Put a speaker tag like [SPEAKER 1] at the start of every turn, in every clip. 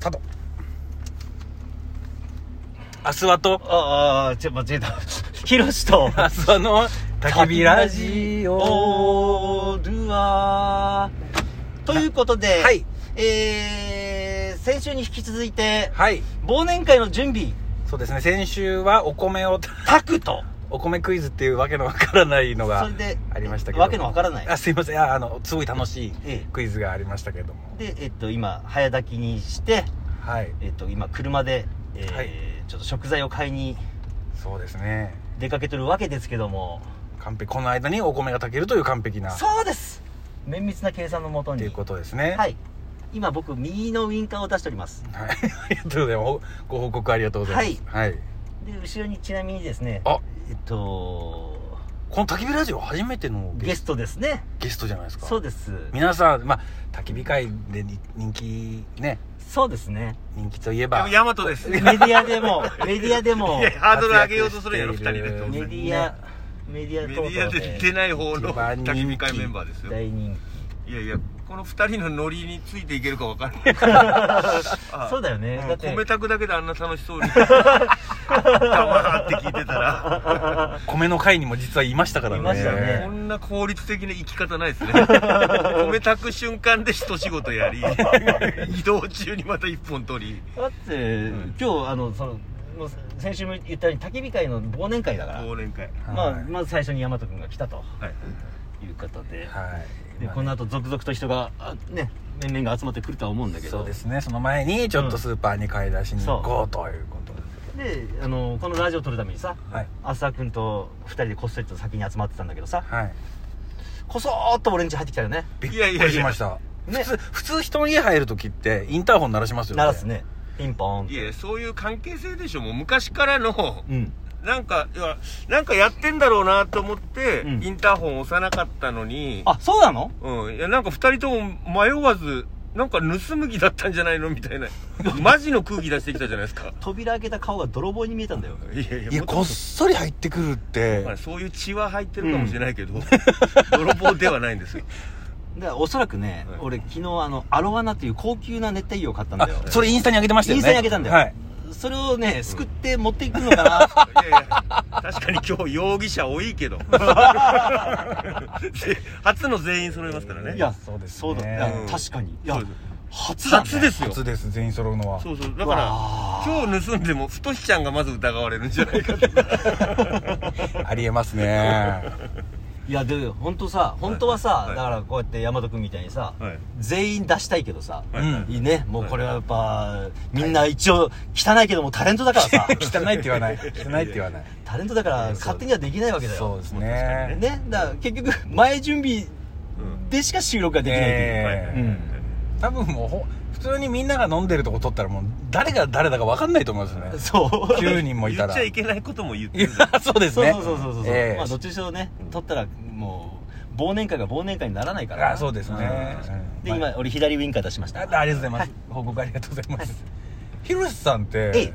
[SPEAKER 1] タドアスワと
[SPEAKER 2] ああ、ちょ、 間違えた。ヒロシと、
[SPEAKER 1] アスワの焚き火ラジオ
[SPEAKER 2] オルアー。ということで、
[SPEAKER 1] はい
[SPEAKER 2] えー、先週に引き続いて、
[SPEAKER 1] はい
[SPEAKER 2] 忘年会の準備、
[SPEAKER 1] そうですね先週はお米を
[SPEAKER 2] タクと、
[SPEAKER 1] お米クイズっていうわけのわからないの
[SPEAKER 2] そ
[SPEAKER 1] が
[SPEAKER 2] れで、
[SPEAKER 1] ありましたけど
[SPEAKER 2] わけのわからない。
[SPEAKER 1] あすいませんああのすごい楽しい
[SPEAKER 2] え
[SPEAKER 1] クイズがありましたけれども
[SPEAKER 2] えで、えっと、今、早炊きにして、
[SPEAKER 1] はい
[SPEAKER 2] えっと、今、車で、えー
[SPEAKER 1] はい
[SPEAKER 2] ちょっと食材を買いに
[SPEAKER 1] そうですね
[SPEAKER 2] 出かけてるわけですけども、
[SPEAKER 1] 完璧この間にお米が炊けるという完璧なっ
[SPEAKER 2] そうです綿密な計算のもとに。
[SPEAKER 1] ていうことですね
[SPEAKER 2] はい。今、僕、右のウインカーを出しております。
[SPEAKER 1] はい ありがとうございますご報告ありがとうございますはい、
[SPEAKER 2] で後ろにちなみにですね
[SPEAKER 1] あ
[SPEAKER 2] えっと
[SPEAKER 1] この焚き火ラジオ初めてのゲ
[SPEAKER 2] ゲ
[SPEAKER 1] ス
[SPEAKER 2] ストですね
[SPEAKER 1] ゲストじゃないですか
[SPEAKER 2] そうです
[SPEAKER 1] 皆さんまあ焚き火会でに人気ね
[SPEAKER 2] そうですね
[SPEAKER 1] 人気といえば
[SPEAKER 3] ヤマトです。
[SPEAKER 2] メ
[SPEAKER 3] い
[SPEAKER 2] ディアでもメディアでも
[SPEAKER 3] や
[SPEAKER 2] メ
[SPEAKER 3] ハードル上げようとするやろ、二人で。
[SPEAKER 1] 活躍している
[SPEAKER 2] デ
[SPEAKER 3] 当然
[SPEAKER 2] ィアメディア
[SPEAKER 3] メデ
[SPEAKER 2] 等
[SPEAKER 3] ィア
[SPEAKER 2] 々
[SPEAKER 3] で出
[SPEAKER 2] で
[SPEAKER 3] ない方の
[SPEAKER 1] 一番人気
[SPEAKER 3] 焚き火会メンバーですよ。
[SPEAKER 2] 大人
[SPEAKER 3] いやいや、この二人のノリについていけるか分かんない。
[SPEAKER 2] 気そうだよね
[SPEAKER 3] もう
[SPEAKER 2] だって
[SPEAKER 3] 米炊くだけであんな楽しそうに。黙って聞いてたら。
[SPEAKER 1] 米の会にも実はいましたからね
[SPEAKER 2] いましたね
[SPEAKER 3] こんな効率的な生き方ないですね。米炊く瞬間で一仕事やり、移動中にまた一本取り、
[SPEAKER 2] だって今日あのそのもう先週も言ったように焚き火会の忘年会だから
[SPEAKER 3] 忘年会。
[SPEAKER 1] はい
[SPEAKER 2] まあまず最初に大和君が来たと
[SPEAKER 3] はい。
[SPEAKER 2] いうことで
[SPEAKER 1] はい
[SPEAKER 2] で
[SPEAKER 1] まあ
[SPEAKER 2] この後続々と人があね面々が集まってくるとは思うんだけど
[SPEAKER 1] そうですねその前にちょっとスーパーに買い出しに行こうということで
[SPEAKER 2] であのこのラジオを撮るためにさ
[SPEAKER 1] はい
[SPEAKER 2] 浅く君と2人でこっそりと先に集まってたんだけどさ
[SPEAKER 1] はい
[SPEAKER 2] こそーっと俺ん家入ってきたよね
[SPEAKER 1] びっ
[SPEAKER 3] いやい
[SPEAKER 1] く
[SPEAKER 3] や
[SPEAKER 1] り
[SPEAKER 3] い
[SPEAKER 1] し
[SPEAKER 3] や
[SPEAKER 1] ました普
[SPEAKER 2] ね
[SPEAKER 1] 通普通人の家入る時ってインターホン鳴らしますよね
[SPEAKER 2] 鳴らすねピンポーンっ
[SPEAKER 3] い
[SPEAKER 2] て
[SPEAKER 3] や、そういう関係性でしょ、もう昔からの、
[SPEAKER 2] うん
[SPEAKER 3] なんか、いや、なんかやってんだろうなと思って、
[SPEAKER 2] うん
[SPEAKER 3] インターホン押さなかったのに、
[SPEAKER 2] あそうなの
[SPEAKER 3] うん、いや、なんか二人とも迷わず、なんか盗む気だったんじゃないのみた いな。マジの空気出してきたじゃないですか。
[SPEAKER 2] 扉開けた顔が泥棒に見えたんだよ
[SPEAKER 3] いやいや、
[SPEAKER 1] いやこっそり入ってくるって
[SPEAKER 3] まあそういう血は入ってるかもしれないけど、 泥棒ではないんですよ。
[SPEAKER 2] でおそらくね
[SPEAKER 3] はい
[SPEAKER 2] 俺昨日あのアロワナっていう高級な熱帯魚を買ったん
[SPEAKER 1] あ
[SPEAKER 2] だよ
[SPEAKER 1] それインスタに上げてましたよね
[SPEAKER 2] インスタにあげたんだよ、
[SPEAKER 1] はい
[SPEAKER 2] それをねすくって持っていくのかな
[SPEAKER 3] いやいや、確かに今日容疑者多いけ ど。初の全員揃いますから ね。
[SPEAKER 2] いや
[SPEAKER 1] そうですね
[SPEAKER 2] そうだいや
[SPEAKER 3] うん
[SPEAKER 2] 確かにいや
[SPEAKER 3] そうです
[SPEAKER 2] 初だね
[SPEAKER 3] 初ですよ。
[SPEAKER 1] 初です全員揃うのは
[SPEAKER 3] そうそう。だから、
[SPEAKER 2] わー
[SPEAKER 3] 今日盗んでも、太しちゃんがまず疑われるんじゃないかと。
[SPEAKER 1] ありえます ね
[SPEAKER 2] いやで本当さ本当はさ、
[SPEAKER 3] はい
[SPEAKER 2] だからこうやって大和君みたいにさ、
[SPEAKER 3] はい
[SPEAKER 2] 全員出したいけどさ、
[SPEAKER 3] はい
[SPEAKER 1] はい
[SPEAKER 2] いいねもうこれはやっぱみんな一応汚いけどもタレントだからさ
[SPEAKER 1] 汚いって言わない汚いって言わない
[SPEAKER 2] タレントだから勝手にはできないわけだよ
[SPEAKER 1] そうですね
[SPEAKER 2] ねだから結局前準備でしか収録ができないっていう、
[SPEAKER 1] ええ多分もうほ普通にみんなが飲んでるとこ撮ったらもう誰が誰だか分かんないと思いますよね
[SPEAKER 2] うんそう
[SPEAKER 1] 9人もいた
[SPEAKER 3] 言っ
[SPEAKER 1] ら
[SPEAKER 3] ちゃいけないことも言っ
[SPEAKER 1] い
[SPEAKER 3] て
[SPEAKER 1] や
[SPEAKER 3] るんだ。
[SPEAKER 1] そうです
[SPEAKER 2] そう
[SPEAKER 1] ね
[SPEAKER 2] そうそうそうそう、
[SPEAKER 1] ええ
[SPEAKER 2] まあどっちにしろね撮ったらもう忘年会が忘年会にならないから
[SPEAKER 1] あそうですね
[SPEAKER 2] で
[SPEAKER 1] うん
[SPEAKER 2] 今俺左ウインカー出しまし
[SPEAKER 1] あ
[SPEAKER 2] た
[SPEAKER 1] ありがとうございます報告ありがとうございますひろしさんっ
[SPEAKER 2] え
[SPEAKER 1] て
[SPEAKER 2] え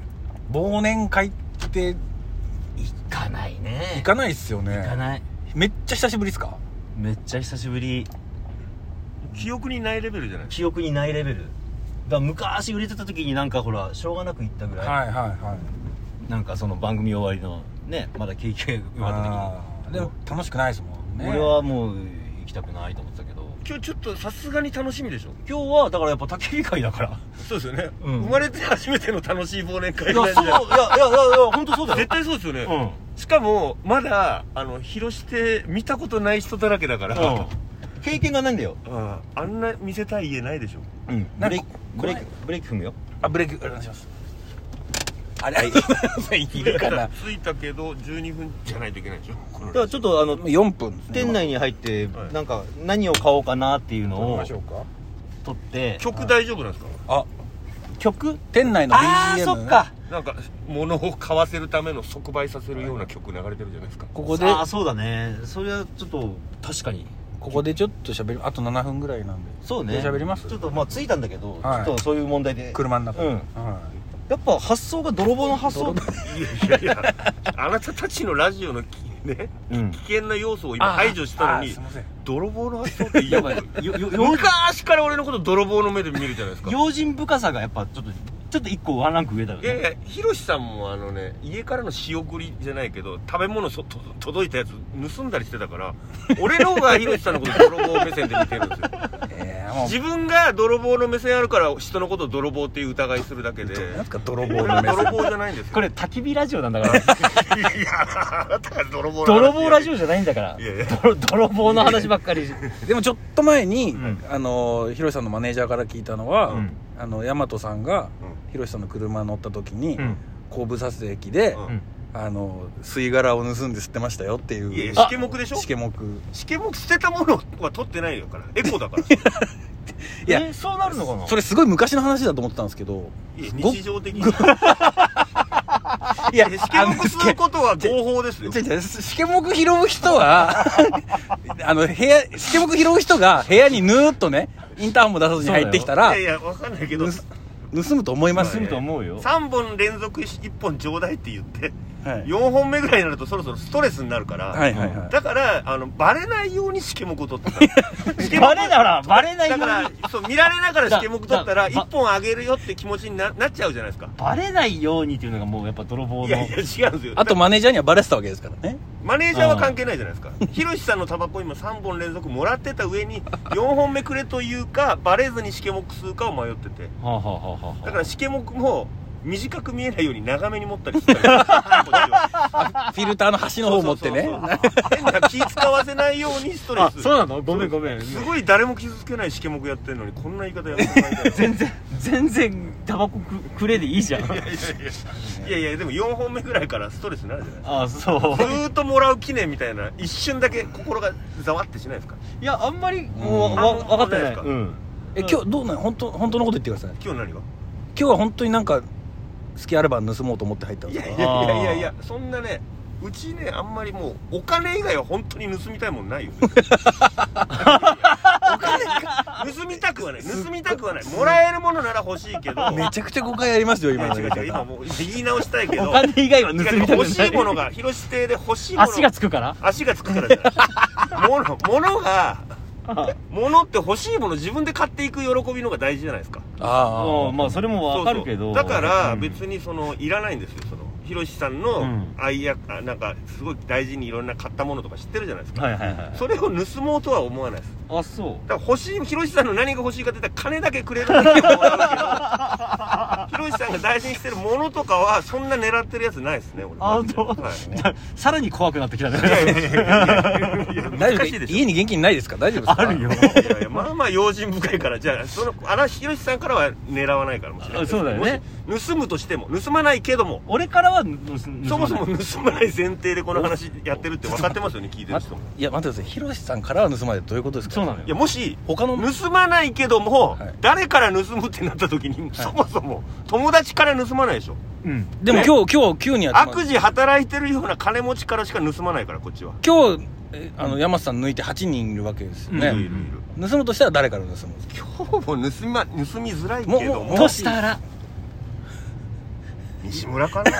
[SPEAKER 1] 忘年会って
[SPEAKER 2] 行かないね
[SPEAKER 1] 行かないっすよね
[SPEAKER 2] 行かない
[SPEAKER 1] めっちゃ久しぶりっすか
[SPEAKER 2] めっちゃ久しぶり
[SPEAKER 3] 記憶にないレベルじゃない
[SPEAKER 2] 記憶にないレベルが昔売れてた時になんかほらしょうがなく行ったぐらい、
[SPEAKER 1] はいはいはい
[SPEAKER 2] なんかその番組終わりのねまだ経験があ
[SPEAKER 1] あ
[SPEAKER 2] った
[SPEAKER 1] ー
[SPEAKER 2] 時に
[SPEAKER 1] でも楽しくないですもんね
[SPEAKER 2] 俺はもう行きたくないと思ってたけど
[SPEAKER 3] 今日ちょっとさすがに楽しみでしょ
[SPEAKER 2] 今日はだからやっぱ焚き火会だから
[SPEAKER 3] そうですよね、
[SPEAKER 2] うん
[SPEAKER 3] 生まれて初めての楽しい忘年会
[SPEAKER 2] いや
[SPEAKER 3] なん
[SPEAKER 2] そう
[SPEAKER 3] じ
[SPEAKER 2] いやいやい
[SPEAKER 3] ゃない
[SPEAKER 2] やいや本当そうだ
[SPEAKER 3] 絶
[SPEAKER 2] よ
[SPEAKER 3] 対そうですよね、
[SPEAKER 2] うん
[SPEAKER 3] しかもまだあの広して見たことない人だらけだから、
[SPEAKER 2] うん経験がないんだよ
[SPEAKER 3] あああんな見せたい家ないでしょ
[SPEAKER 2] うん
[SPEAKER 1] な
[SPEAKER 2] ブ
[SPEAKER 1] んか
[SPEAKER 2] レーキブレーキブレーキ踏むよ
[SPEAKER 1] あブレーキお願いしますあれ、 はい、いるか な
[SPEAKER 3] 着いたけど12分じゃないといけないでしょこの
[SPEAKER 2] だからちょっとあの
[SPEAKER 1] 4分ですね
[SPEAKER 2] 店内に入って
[SPEAKER 3] はい
[SPEAKER 2] なんか何を買おうかなっていう
[SPEAKER 1] 撮り
[SPEAKER 2] のを
[SPEAKER 1] ましょうか
[SPEAKER 2] 取って
[SPEAKER 3] 曲大丈夫なんですか
[SPEAKER 1] あ
[SPEAKER 2] 曲
[SPEAKER 1] 店内の BGM
[SPEAKER 2] ああそっか
[SPEAKER 3] なんか物を買わせるための即売させるような曲流れてるじゃないですか
[SPEAKER 1] ここで
[SPEAKER 2] ああそうだねそれはちょっと確かに
[SPEAKER 1] ここでちょっと喋りあと7分ぐらいなんで
[SPEAKER 2] そうね
[SPEAKER 1] 喋ります
[SPEAKER 2] ちょっとまあ着いたんだけど、
[SPEAKER 1] はい
[SPEAKER 2] ちょっとそういう問題で
[SPEAKER 1] 車の中
[SPEAKER 2] うんやっぱ発想が泥棒の発想
[SPEAKER 3] いやいやいやあなたたちのラジオのきね、
[SPEAKER 2] うん
[SPEAKER 3] 危険な要素を今排除したの
[SPEAKER 1] あ
[SPEAKER 3] に
[SPEAKER 1] すいません
[SPEAKER 3] 泥棒の発想って言えばいいのに
[SPEAKER 2] よよよ
[SPEAKER 3] 昔から俺のこと泥棒の目で見るじゃないですか
[SPEAKER 2] 用心深さがやっぱちょっとちょっと一個ワンランク上だよ
[SPEAKER 3] いやい
[SPEAKER 2] ね
[SPEAKER 3] やヒロシさんもあのね家からの仕送りじゃないけど食べ物そと届いたやつ盗んだりしてたから俺の方がヒロシさんのこと泥棒目線で見てるんで すよ
[SPEAKER 1] えー、もう
[SPEAKER 3] 自分が泥棒の目線あるから人のことを泥棒っていう疑いするだけで
[SPEAKER 1] なんすか泥棒
[SPEAKER 3] 俺
[SPEAKER 1] の
[SPEAKER 3] は
[SPEAKER 1] 目
[SPEAKER 3] 泥
[SPEAKER 1] 線
[SPEAKER 3] 棒じゃないんですよ
[SPEAKER 2] これ焚き火ラジオなんだから
[SPEAKER 3] いやあなたが泥棒
[SPEAKER 2] 泥棒ラジ
[SPEAKER 3] オ
[SPEAKER 2] オじゃないんだから
[SPEAKER 3] いやいや
[SPEAKER 2] 泥泥棒の話ばっかりし
[SPEAKER 1] でもちょっと前に、
[SPEAKER 2] うん
[SPEAKER 1] あのヒロシさんのマネージャーから聞いたのは、
[SPEAKER 2] うん
[SPEAKER 1] あの大和さんが
[SPEAKER 3] う
[SPEAKER 1] ヒロシさんの車乗った時に、
[SPEAKER 2] うん
[SPEAKER 1] 後部左折駅で、
[SPEAKER 3] うん
[SPEAKER 2] うん
[SPEAKER 1] あの吸い殻を盗んで吸ってましたよっていう
[SPEAKER 3] いやいや
[SPEAKER 1] あ
[SPEAKER 3] シケモクでしょ
[SPEAKER 1] シケモク
[SPEAKER 3] しけも捨てたものは取ってない よからエコだから
[SPEAKER 1] いや
[SPEAKER 2] えそうなるのかな
[SPEAKER 1] それすごい昔の話だと思ってたんですけど
[SPEAKER 3] いや
[SPEAKER 1] ご
[SPEAKER 3] 日常的に
[SPEAKER 1] いや
[SPEAKER 3] えしけもくすることは合法ですよ
[SPEAKER 1] じゃじゃシケモク拾う人は あの部屋シケモク拾う人が部屋にぬーっとねインターホンも出さずに入ってきた
[SPEAKER 3] い
[SPEAKER 1] ら
[SPEAKER 3] やいやわかんないけど
[SPEAKER 1] 盗盗むと思います
[SPEAKER 2] 盗むと思うよ
[SPEAKER 3] 3本連続1本ちょうだいって言って
[SPEAKER 1] はい
[SPEAKER 3] 4本目ぐらいになるとそろそろストレスになるから、
[SPEAKER 1] はいはいはい
[SPEAKER 3] だからあのバレないようにシケモクを取ってたシケモ
[SPEAKER 2] バ
[SPEAKER 3] ク
[SPEAKER 2] レならバレないよ
[SPEAKER 3] だ
[SPEAKER 2] う
[SPEAKER 3] か
[SPEAKER 2] に
[SPEAKER 3] らそう見られながらシケモク取ったら
[SPEAKER 2] だだ
[SPEAKER 3] 1本あげるよって気持ちにななっちゃうじゃないですか
[SPEAKER 2] バレないようにっていうのがもうやっぱ泥棒
[SPEAKER 3] い
[SPEAKER 2] の
[SPEAKER 3] やいや違うんですよ
[SPEAKER 1] あとマネージャーにはバレてたわけですからね
[SPEAKER 3] マネージャーは関係ないじゃないですかひろしさんのタバコ今3本連続もらってた上に4本目くれというかバレずにシケモク吸うかを迷ってて
[SPEAKER 2] はあはあはあはあ
[SPEAKER 3] だからシケモクも短く見えないように長めに持ったりしてたりこ っちは
[SPEAKER 1] フィルターの端の方持ってね
[SPEAKER 3] そうそうそう変な気使わせないようにストレ
[SPEAKER 2] あ
[SPEAKER 3] ス
[SPEAKER 2] そうなのごめんごめん
[SPEAKER 3] すごい誰も傷つけないシケモクやってるのにこんな言い方やめてもらい たい
[SPEAKER 2] 全然全然タバコくくれでいいじゃん
[SPEAKER 3] いやいやでも4本目ぐらいからストレスになるじゃないですか
[SPEAKER 2] あそう
[SPEAKER 3] ずーっともらう記念みたいな一瞬だけ心がざわってしないですか
[SPEAKER 2] いやあんまりもう
[SPEAKER 1] うん
[SPEAKER 2] わ分かってない
[SPEAKER 3] あんまりないですか
[SPEAKER 2] うん
[SPEAKER 1] え今日どうなん本当本当のこと言ってください
[SPEAKER 3] 今日何が
[SPEAKER 1] 今日は本当になんか好きアルバム盗もうと思って入ったん
[SPEAKER 3] い
[SPEAKER 1] です
[SPEAKER 3] や
[SPEAKER 1] か
[SPEAKER 3] いやいやいやいやそんなねうちねあんまりもうお金以外は本当に盗みたいも んないよお金か盗みたくはない盗みたくはないもらえるものなら欲しいけ ど
[SPEAKER 1] めちゃくちゃ誤解ありますよ今の
[SPEAKER 3] いや違う違う今もう言い直したいけど
[SPEAKER 2] お金以外は盗みたくない
[SPEAKER 3] 欲しいものが広志亭で欲しいもの
[SPEAKER 2] 足がつくから
[SPEAKER 3] 足がつくからじゃ ない物物が物って欲しいもの自分で買っていく喜びの方が大事じゃないですか
[SPEAKER 1] あ
[SPEAKER 2] うんまあそれも分かるけど
[SPEAKER 3] そうそうだから
[SPEAKER 2] うん
[SPEAKER 3] 別にそのいらないんですよそのひろしさんの
[SPEAKER 2] うん
[SPEAKER 3] 愛や、あなんかすごい大事にいろんな買ったものとか知ってるじゃないですか、
[SPEAKER 2] はいはいはい
[SPEAKER 3] それを盗もうとは思わないです
[SPEAKER 2] あそう
[SPEAKER 3] だから欲しいひろしさんの何が欲しいかって言ったら金だけくれる だけもらうけどひろしさんが大事にしてるものとかはそんな狙ってるやつないですね俺
[SPEAKER 2] あ本当
[SPEAKER 3] はい
[SPEAKER 2] さらに怖くなってきたね
[SPEAKER 3] いやいやいやいやいや
[SPEAKER 1] 大丈
[SPEAKER 3] 難しい
[SPEAKER 1] 夫
[SPEAKER 3] でしょ
[SPEAKER 1] 家に現金ないですか大丈夫ですか
[SPEAKER 2] あるよ
[SPEAKER 3] いやいやまあまあ用心深いからじゃあその荒木宏さんからは狙わないからもしれない
[SPEAKER 2] あそうだよね
[SPEAKER 3] もし盗むとしても盗まないけども
[SPEAKER 2] 俺からは盗盗まない
[SPEAKER 3] そもそも盗まない前提でこの話やってるって分かってますよね聞いてる人も
[SPEAKER 1] いや待ってくださいヒロシさんからは盗まれてどういうことですか
[SPEAKER 2] そうなの
[SPEAKER 3] いや
[SPEAKER 2] よ
[SPEAKER 3] もし
[SPEAKER 1] 他の
[SPEAKER 3] 盗まないけども、
[SPEAKER 1] はい
[SPEAKER 3] 誰から盗むってなった時に、そもそも友達から盗まないでしょ
[SPEAKER 2] うん
[SPEAKER 1] でも
[SPEAKER 3] ね
[SPEAKER 1] 今日今日急にやってま
[SPEAKER 3] 悪
[SPEAKER 1] す
[SPEAKER 3] 事働いてるような金持ちからしか盗まないからこっちは、
[SPEAKER 1] 今日えあの山瀬さん抜いて8人いるわけですよ
[SPEAKER 2] う
[SPEAKER 3] いるい
[SPEAKER 1] ね
[SPEAKER 3] るいる
[SPEAKER 1] 盗むとしたら誰から盗むんですか
[SPEAKER 3] 今日も盗み,、ま、盗みづらいけども
[SPEAKER 1] もうもう
[SPEAKER 2] としたら
[SPEAKER 3] 西村かな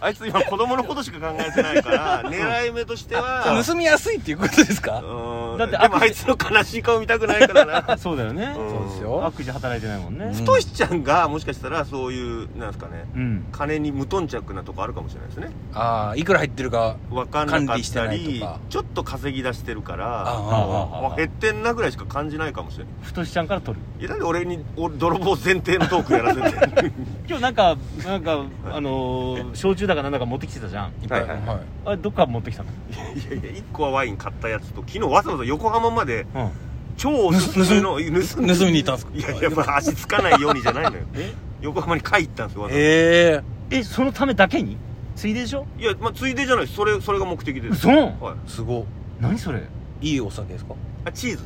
[SPEAKER 3] あいつ今子供のことしか考えてないから狙い目としては
[SPEAKER 1] 盗みやすいっていうことですか
[SPEAKER 3] うん
[SPEAKER 2] だって
[SPEAKER 3] でも
[SPEAKER 2] あ
[SPEAKER 3] あいつの悲しい顔見たくないからな
[SPEAKER 2] そうだよね
[SPEAKER 3] うん
[SPEAKER 1] そうですよ
[SPEAKER 2] 悪事働いてないもんね
[SPEAKER 1] うん
[SPEAKER 3] としちゃんがもしかしたらそういうなんですかね
[SPEAKER 2] うん
[SPEAKER 3] 金に無頓着なとこあるかもしれないですね
[SPEAKER 1] ああいくら入ってるか
[SPEAKER 3] 分かんな
[SPEAKER 1] 管
[SPEAKER 3] かっ
[SPEAKER 1] 理して
[SPEAKER 3] た
[SPEAKER 1] ない
[SPEAKER 3] り
[SPEAKER 1] とか
[SPEAKER 3] ちょっと稼ぎ出してるから
[SPEAKER 1] あ
[SPEAKER 3] あ減ってんなぐらいしか感じないかもしれない
[SPEAKER 2] ふとしちゃんから取る
[SPEAKER 3] いやなんで俺に俺泥棒前提のトークやら せて
[SPEAKER 2] 今日なんかなんかあのー焼酎だかなんだか持ってきてたじゃん
[SPEAKER 1] あああ
[SPEAKER 3] はいはい
[SPEAKER 1] はい
[SPEAKER 2] あれどっから持ってきたの
[SPEAKER 3] いやいや1個はワイン買ったやつと昨日わざわざ横浜まで
[SPEAKER 2] うん
[SPEAKER 3] 超おすすめの盗
[SPEAKER 1] 盗みに行ったんですか
[SPEAKER 3] いやいや、まあ、足つかないようにじゃ ないのよ
[SPEAKER 2] え
[SPEAKER 3] 横浜に買い行ったんですよ、わざわざ
[SPEAKER 1] え
[SPEAKER 2] えそのためだけについででしょ
[SPEAKER 3] いや、まあ、ついでじゃないですそれそれが目的で
[SPEAKER 2] 嘘
[SPEAKER 3] すはい
[SPEAKER 1] えすご
[SPEAKER 2] 何それ
[SPEAKER 1] いいいお酒ですか
[SPEAKER 3] あチーズ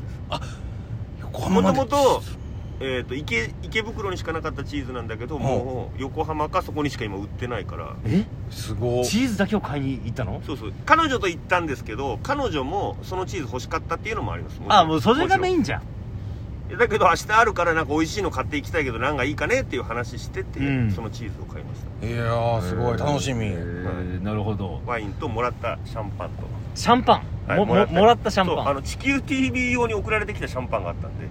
[SPEAKER 1] 横
[SPEAKER 3] もと
[SPEAKER 1] で
[SPEAKER 3] もと,、えー、と池池袋にしかなかったチーズなんだけどもう横浜かそこにしか今売ってないから
[SPEAKER 2] え
[SPEAKER 1] すご
[SPEAKER 2] チーズだけを買いに行ったの
[SPEAKER 3] そうそう彼女と行ったんですけど彼女もそのチーズ欲しかったっていうのもあります
[SPEAKER 2] あもうそれがメイ
[SPEAKER 3] ン
[SPEAKER 2] ンじゃん
[SPEAKER 3] いやだけど明日あるからなんか美味しいの買っていきたいけどなんかいいかねっていう話してて、
[SPEAKER 2] うん
[SPEAKER 3] そのチーズを買いました
[SPEAKER 1] いやーすごい楽しみ、
[SPEAKER 2] えーなるほど
[SPEAKER 3] ワインともらったシャンパンと、
[SPEAKER 2] シャンパン、
[SPEAKER 3] はい
[SPEAKER 2] もももらったシャン
[SPEAKER 3] そう
[SPEAKER 2] パ
[SPEAKER 3] あ
[SPEAKER 2] ン
[SPEAKER 3] の地球 TV 用に送られてきたシャンパンがあったんで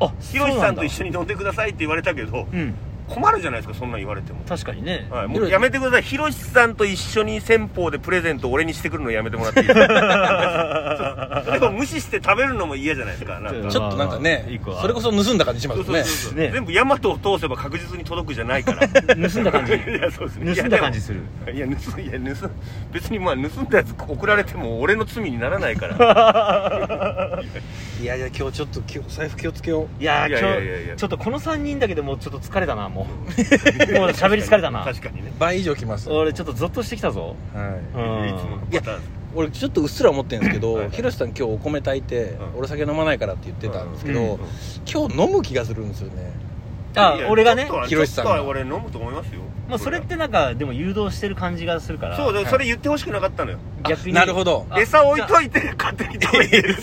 [SPEAKER 2] あ
[SPEAKER 3] ひろしさんと一
[SPEAKER 2] 緒
[SPEAKER 3] 緒に飲んでくださいって言われたけど
[SPEAKER 2] うん
[SPEAKER 3] 困るじゃないですかそんなん言われても、
[SPEAKER 2] 確かにね、
[SPEAKER 3] はい、もうやめてくださいひろしさんと一緒に先方でプレゼントを俺にしてくるのやめてもらっていいですか そうでも無視して食べるのも嫌じゃないですかなんか
[SPEAKER 1] ちょっとなんか
[SPEAKER 2] まあまあ
[SPEAKER 1] ね
[SPEAKER 2] いい子は
[SPEAKER 1] それこそ盗んだ感じしま
[SPEAKER 3] そう
[SPEAKER 1] す
[SPEAKER 3] そうそう
[SPEAKER 1] ね
[SPEAKER 3] そう
[SPEAKER 2] ね
[SPEAKER 3] 全部ヤマトを通せば確実に届くじゃないから
[SPEAKER 2] 盗んだ感じ
[SPEAKER 3] いやそうですね
[SPEAKER 2] 盗んだ感じする
[SPEAKER 3] いや盗いや盗別にまあ盗んだやつ送られても俺の罪にならないか ら
[SPEAKER 1] いやいや今日ちょっと気を財布気をつけよう
[SPEAKER 2] いやー
[SPEAKER 3] いやいやいやいや
[SPEAKER 2] 今日ちょっとこの3人だけでもうちょっと疲れたなもうもう喋り疲れたな
[SPEAKER 3] 確かにね、
[SPEAKER 1] 倍以上きます、はい、
[SPEAKER 2] 俺ちょっとゾッとしてきたぞうん
[SPEAKER 3] いつものパターン
[SPEAKER 1] 俺ちょっとうっすら思ってるんですけ
[SPEAKER 3] はいは
[SPEAKER 1] ど
[SPEAKER 3] い
[SPEAKER 1] ひろしさん今日お米炊いて、
[SPEAKER 3] うん
[SPEAKER 1] 俺酒飲まないからって言ってたんですけど、
[SPEAKER 2] うんうん
[SPEAKER 1] 今日飲む気がするんですよね
[SPEAKER 2] あ俺がね
[SPEAKER 3] ちょっとは
[SPEAKER 1] ひろしさんが
[SPEAKER 3] ちょっとは俺飲むと思いますよ
[SPEAKER 2] もうそれってなんかでも誘導してる感じがするから
[SPEAKER 3] そうだから
[SPEAKER 1] はい
[SPEAKER 3] それ言ってほしくなかったのよ
[SPEAKER 2] 逆に
[SPEAKER 1] なるほど
[SPEAKER 2] あ
[SPEAKER 3] 餌置いといて勝手に食べてる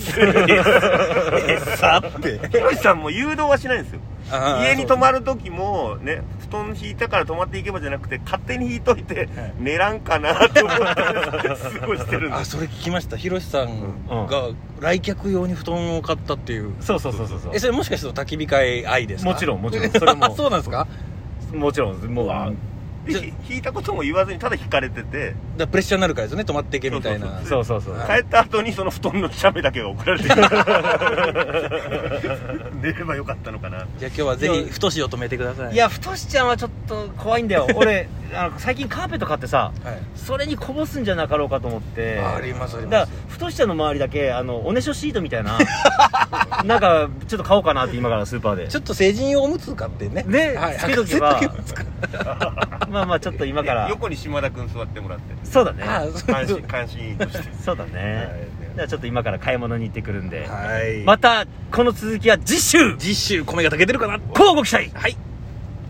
[SPEAKER 1] さって
[SPEAKER 3] ひろしさんも誘導はしないんですよ
[SPEAKER 1] あー
[SPEAKER 3] 家に泊まる時もね布団引いたから泊まっていけばじゃなくて勝手に引いといて
[SPEAKER 1] い
[SPEAKER 3] 寝らんかなと思って過ごしてるんで
[SPEAKER 1] あ
[SPEAKER 3] す
[SPEAKER 1] それ聞きましたひろしさんが来客用に布団を買ったっていう
[SPEAKER 2] そうそうそうそうそう
[SPEAKER 1] えそれもしかして焚き火会愛ですか
[SPEAKER 2] もち
[SPEAKER 1] ん
[SPEAKER 2] ろんもち ろんそれも
[SPEAKER 1] そうなんですかだか
[SPEAKER 2] もちろんもうあ
[SPEAKER 1] そう
[SPEAKER 3] ひ引いたことも言わずにただ引かれてて
[SPEAKER 1] らプレッシャーになるからですよね泊まっていけみたい
[SPEAKER 3] そう
[SPEAKER 1] な
[SPEAKER 2] そうそうそう
[SPEAKER 3] 帰った後にその布団の写メだけが送られてき た寝ればよかったのかな
[SPEAKER 1] じゃあ今日はぜ
[SPEAKER 2] い
[SPEAKER 1] ひ
[SPEAKER 2] や
[SPEAKER 1] 太しを止めてください
[SPEAKER 2] いや太しちゃんはちょっと怖いんだ よ俺あの最近カーペット買ってさ
[SPEAKER 1] はい
[SPEAKER 2] それにこぼすんじゃなかろうかと思って
[SPEAKER 1] ありますありま
[SPEAKER 2] だ
[SPEAKER 1] す
[SPEAKER 2] から太しちゃんの周りだけあのおねしょシートみたいな なんかちょっと買おうかなって今からスーパーで
[SPEAKER 1] ちょっと成人用おむつ買ってね
[SPEAKER 2] ね
[SPEAKER 1] はい
[SPEAKER 2] つけとけば
[SPEAKER 1] セット用おむつ買って
[SPEAKER 2] まあまあちょっと今か
[SPEAKER 3] で
[SPEAKER 2] ら
[SPEAKER 3] 横に島田君座ってもらって
[SPEAKER 2] そうだね
[SPEAKER 1] あーそう
[SPEAKER 3] 監 視監視員として
[SPEAKER 2] そうだねじゃあちょっと今から買い物に行ってくるんで
[SPEAKER 1] はい
[SPEAKER 2] またこの続きは次週
[SPEAKER 1] 実習米が炊けてるかな
[SPEAKER 2] 乞うご期待
[SPEAKER 1] はい